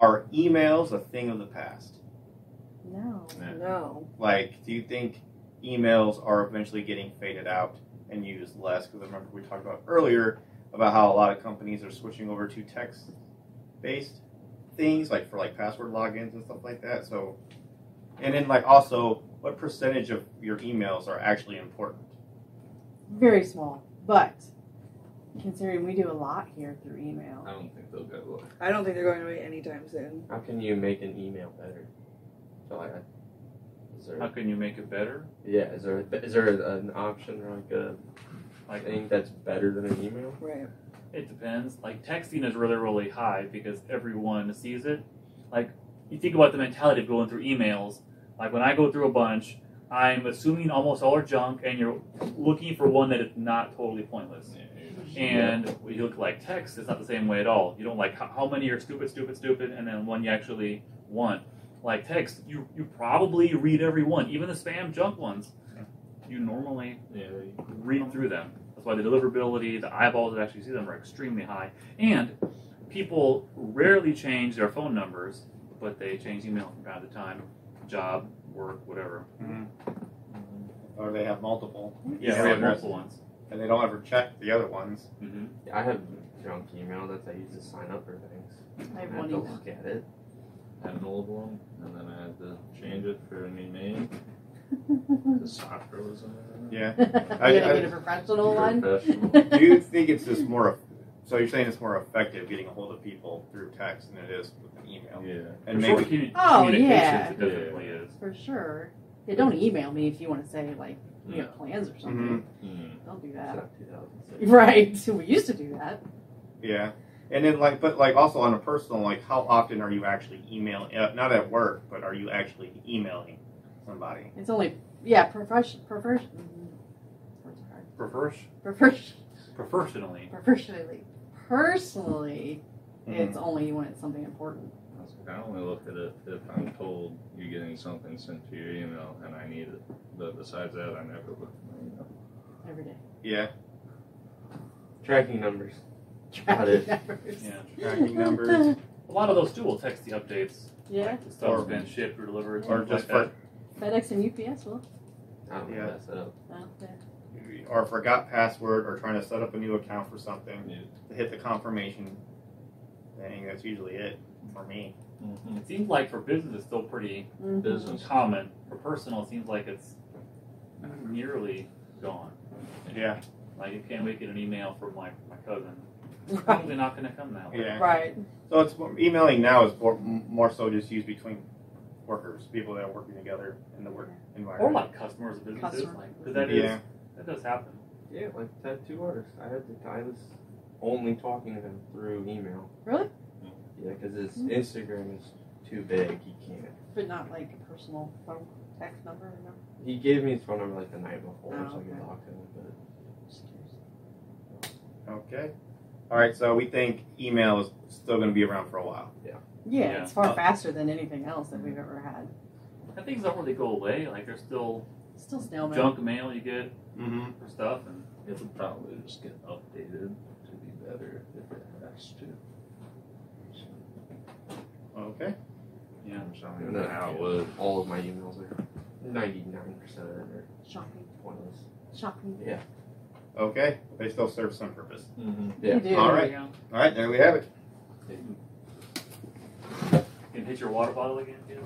Are emails a thing of the past? No. No. Like, do you think emails are eventually getting faded out and used less? Because remember we talked about earlier about how a lot of companies are switching over to text-based things, like for like password logins and stuff like that. So, and then like also, what percentage of your emails are actually important? Very small. But considering we do a lot here through email. I don't think they'll go away. I don't think they're going away anytime soon. How can you make an email better? So like, is How there can you make it better? yeah is there is there an option or like a Like thing that's better than an email? Right. It depends. Like texting is really, really high because everyone sees it. Like you think about the mentality of going through emails. Like when I go through a bunch, I'm assuming almost all are junk, and you're looking for one that is not totally pointless. And when you look at, like text, it's not the same way at all. You don't like how, how many are stupid, stupid, stupid, and then one you actually want. Like text, you you probably read every one, even the spam junk ones. You normally Yeah, they, read through them. That's why the deliverability, the eyeballs that actually see them are extremely high. And people rarely change their phone numbers, but they change email from time to time. Job, work, whatever. Or they have multiple, Yeah, we have multiple ones. and they don't ever check the other ones. Mm-hmm. hmm I have junk email that I use to sign up for things. I have I have one to email. look at it. had an old one, and then I had to change it for a new name. The software was on it. Yeah. you gotta I- get a professional one. Professional. Do you think it's just more? So you're saying it's more effective getting a hold of people through text than it is with an email, Yeah. and Sure, maybe commu- Oh, communications, yeah. it definitely is. For sure. Yeah, don't email me if you want to say like we have plans or something. Mm. Mm-hmm. Don't do It's that. not 2006. Right. We used to do that. yeah, and then like, but like also on a personal, like how often are you actually emailing? Uh, not at work, but are you actually emailing somebody? It's only yeah, profession profession words are hard. Prefers- Profession professionally. professionally. Personally, Mhm. it's only when it's something important. I was like, I only look at it if I'm told you're getting something sent to your email and I need it. But besides that, I never look at my email. Every day. yeah, Tracking numbers. Got Tracking it. numbers. Yeah. tracking numbers, A lot of those too will text the updates. Yeah. Like the stuff's Or- been shipped or delivered. or things just like for, FedEx and UPS will. I don't Yeah. know that's up. Oh, there. or forgot password, or trying to set up a new account for something. Yeah. Hit the confirmation thing. That's usually it for me. that. It seems like for business it's still pretty Mhm. Business. common. For personal it seems like it's nearly gone. Yeah, Like you can't wait to get an email from like my cousin. Right. Probably not going to come that way. yeah. Right. So it's emailing now is more, more so just used between workers, people that are working together in the work Or environment. like customers of businesses, Customer. like 'cause that Oh is yeah, that does happen. Yeah, like I had two artists. I had to. I was only talking to them through email. Really? Hmm. Yeah, because his Instagram is too big. He can't. But not like a personal phone text number or number. He gave me his phone number like the night before, Oh, so I could okay. talk to him. But okay. All right, so we think email is still going to be around for a while. Yeah, Yeah. it's far Uh, faster than anything else that we've ever had. And things don't really go away. Like there's still Still snail mail. junk mail you get Mm-hmm. for stuff, and It'll probably just get updated to be better if it has to. Okay. Yeah. I'm sorry. No, how it was. all of my emails are ninety-nine percent of them are Shopping. pointless. Shopping. Okay. They still serve some purpose. Mm-hmm. Yeah. You do. All right. You All right, there we have it. can hit your water bottle again. you know?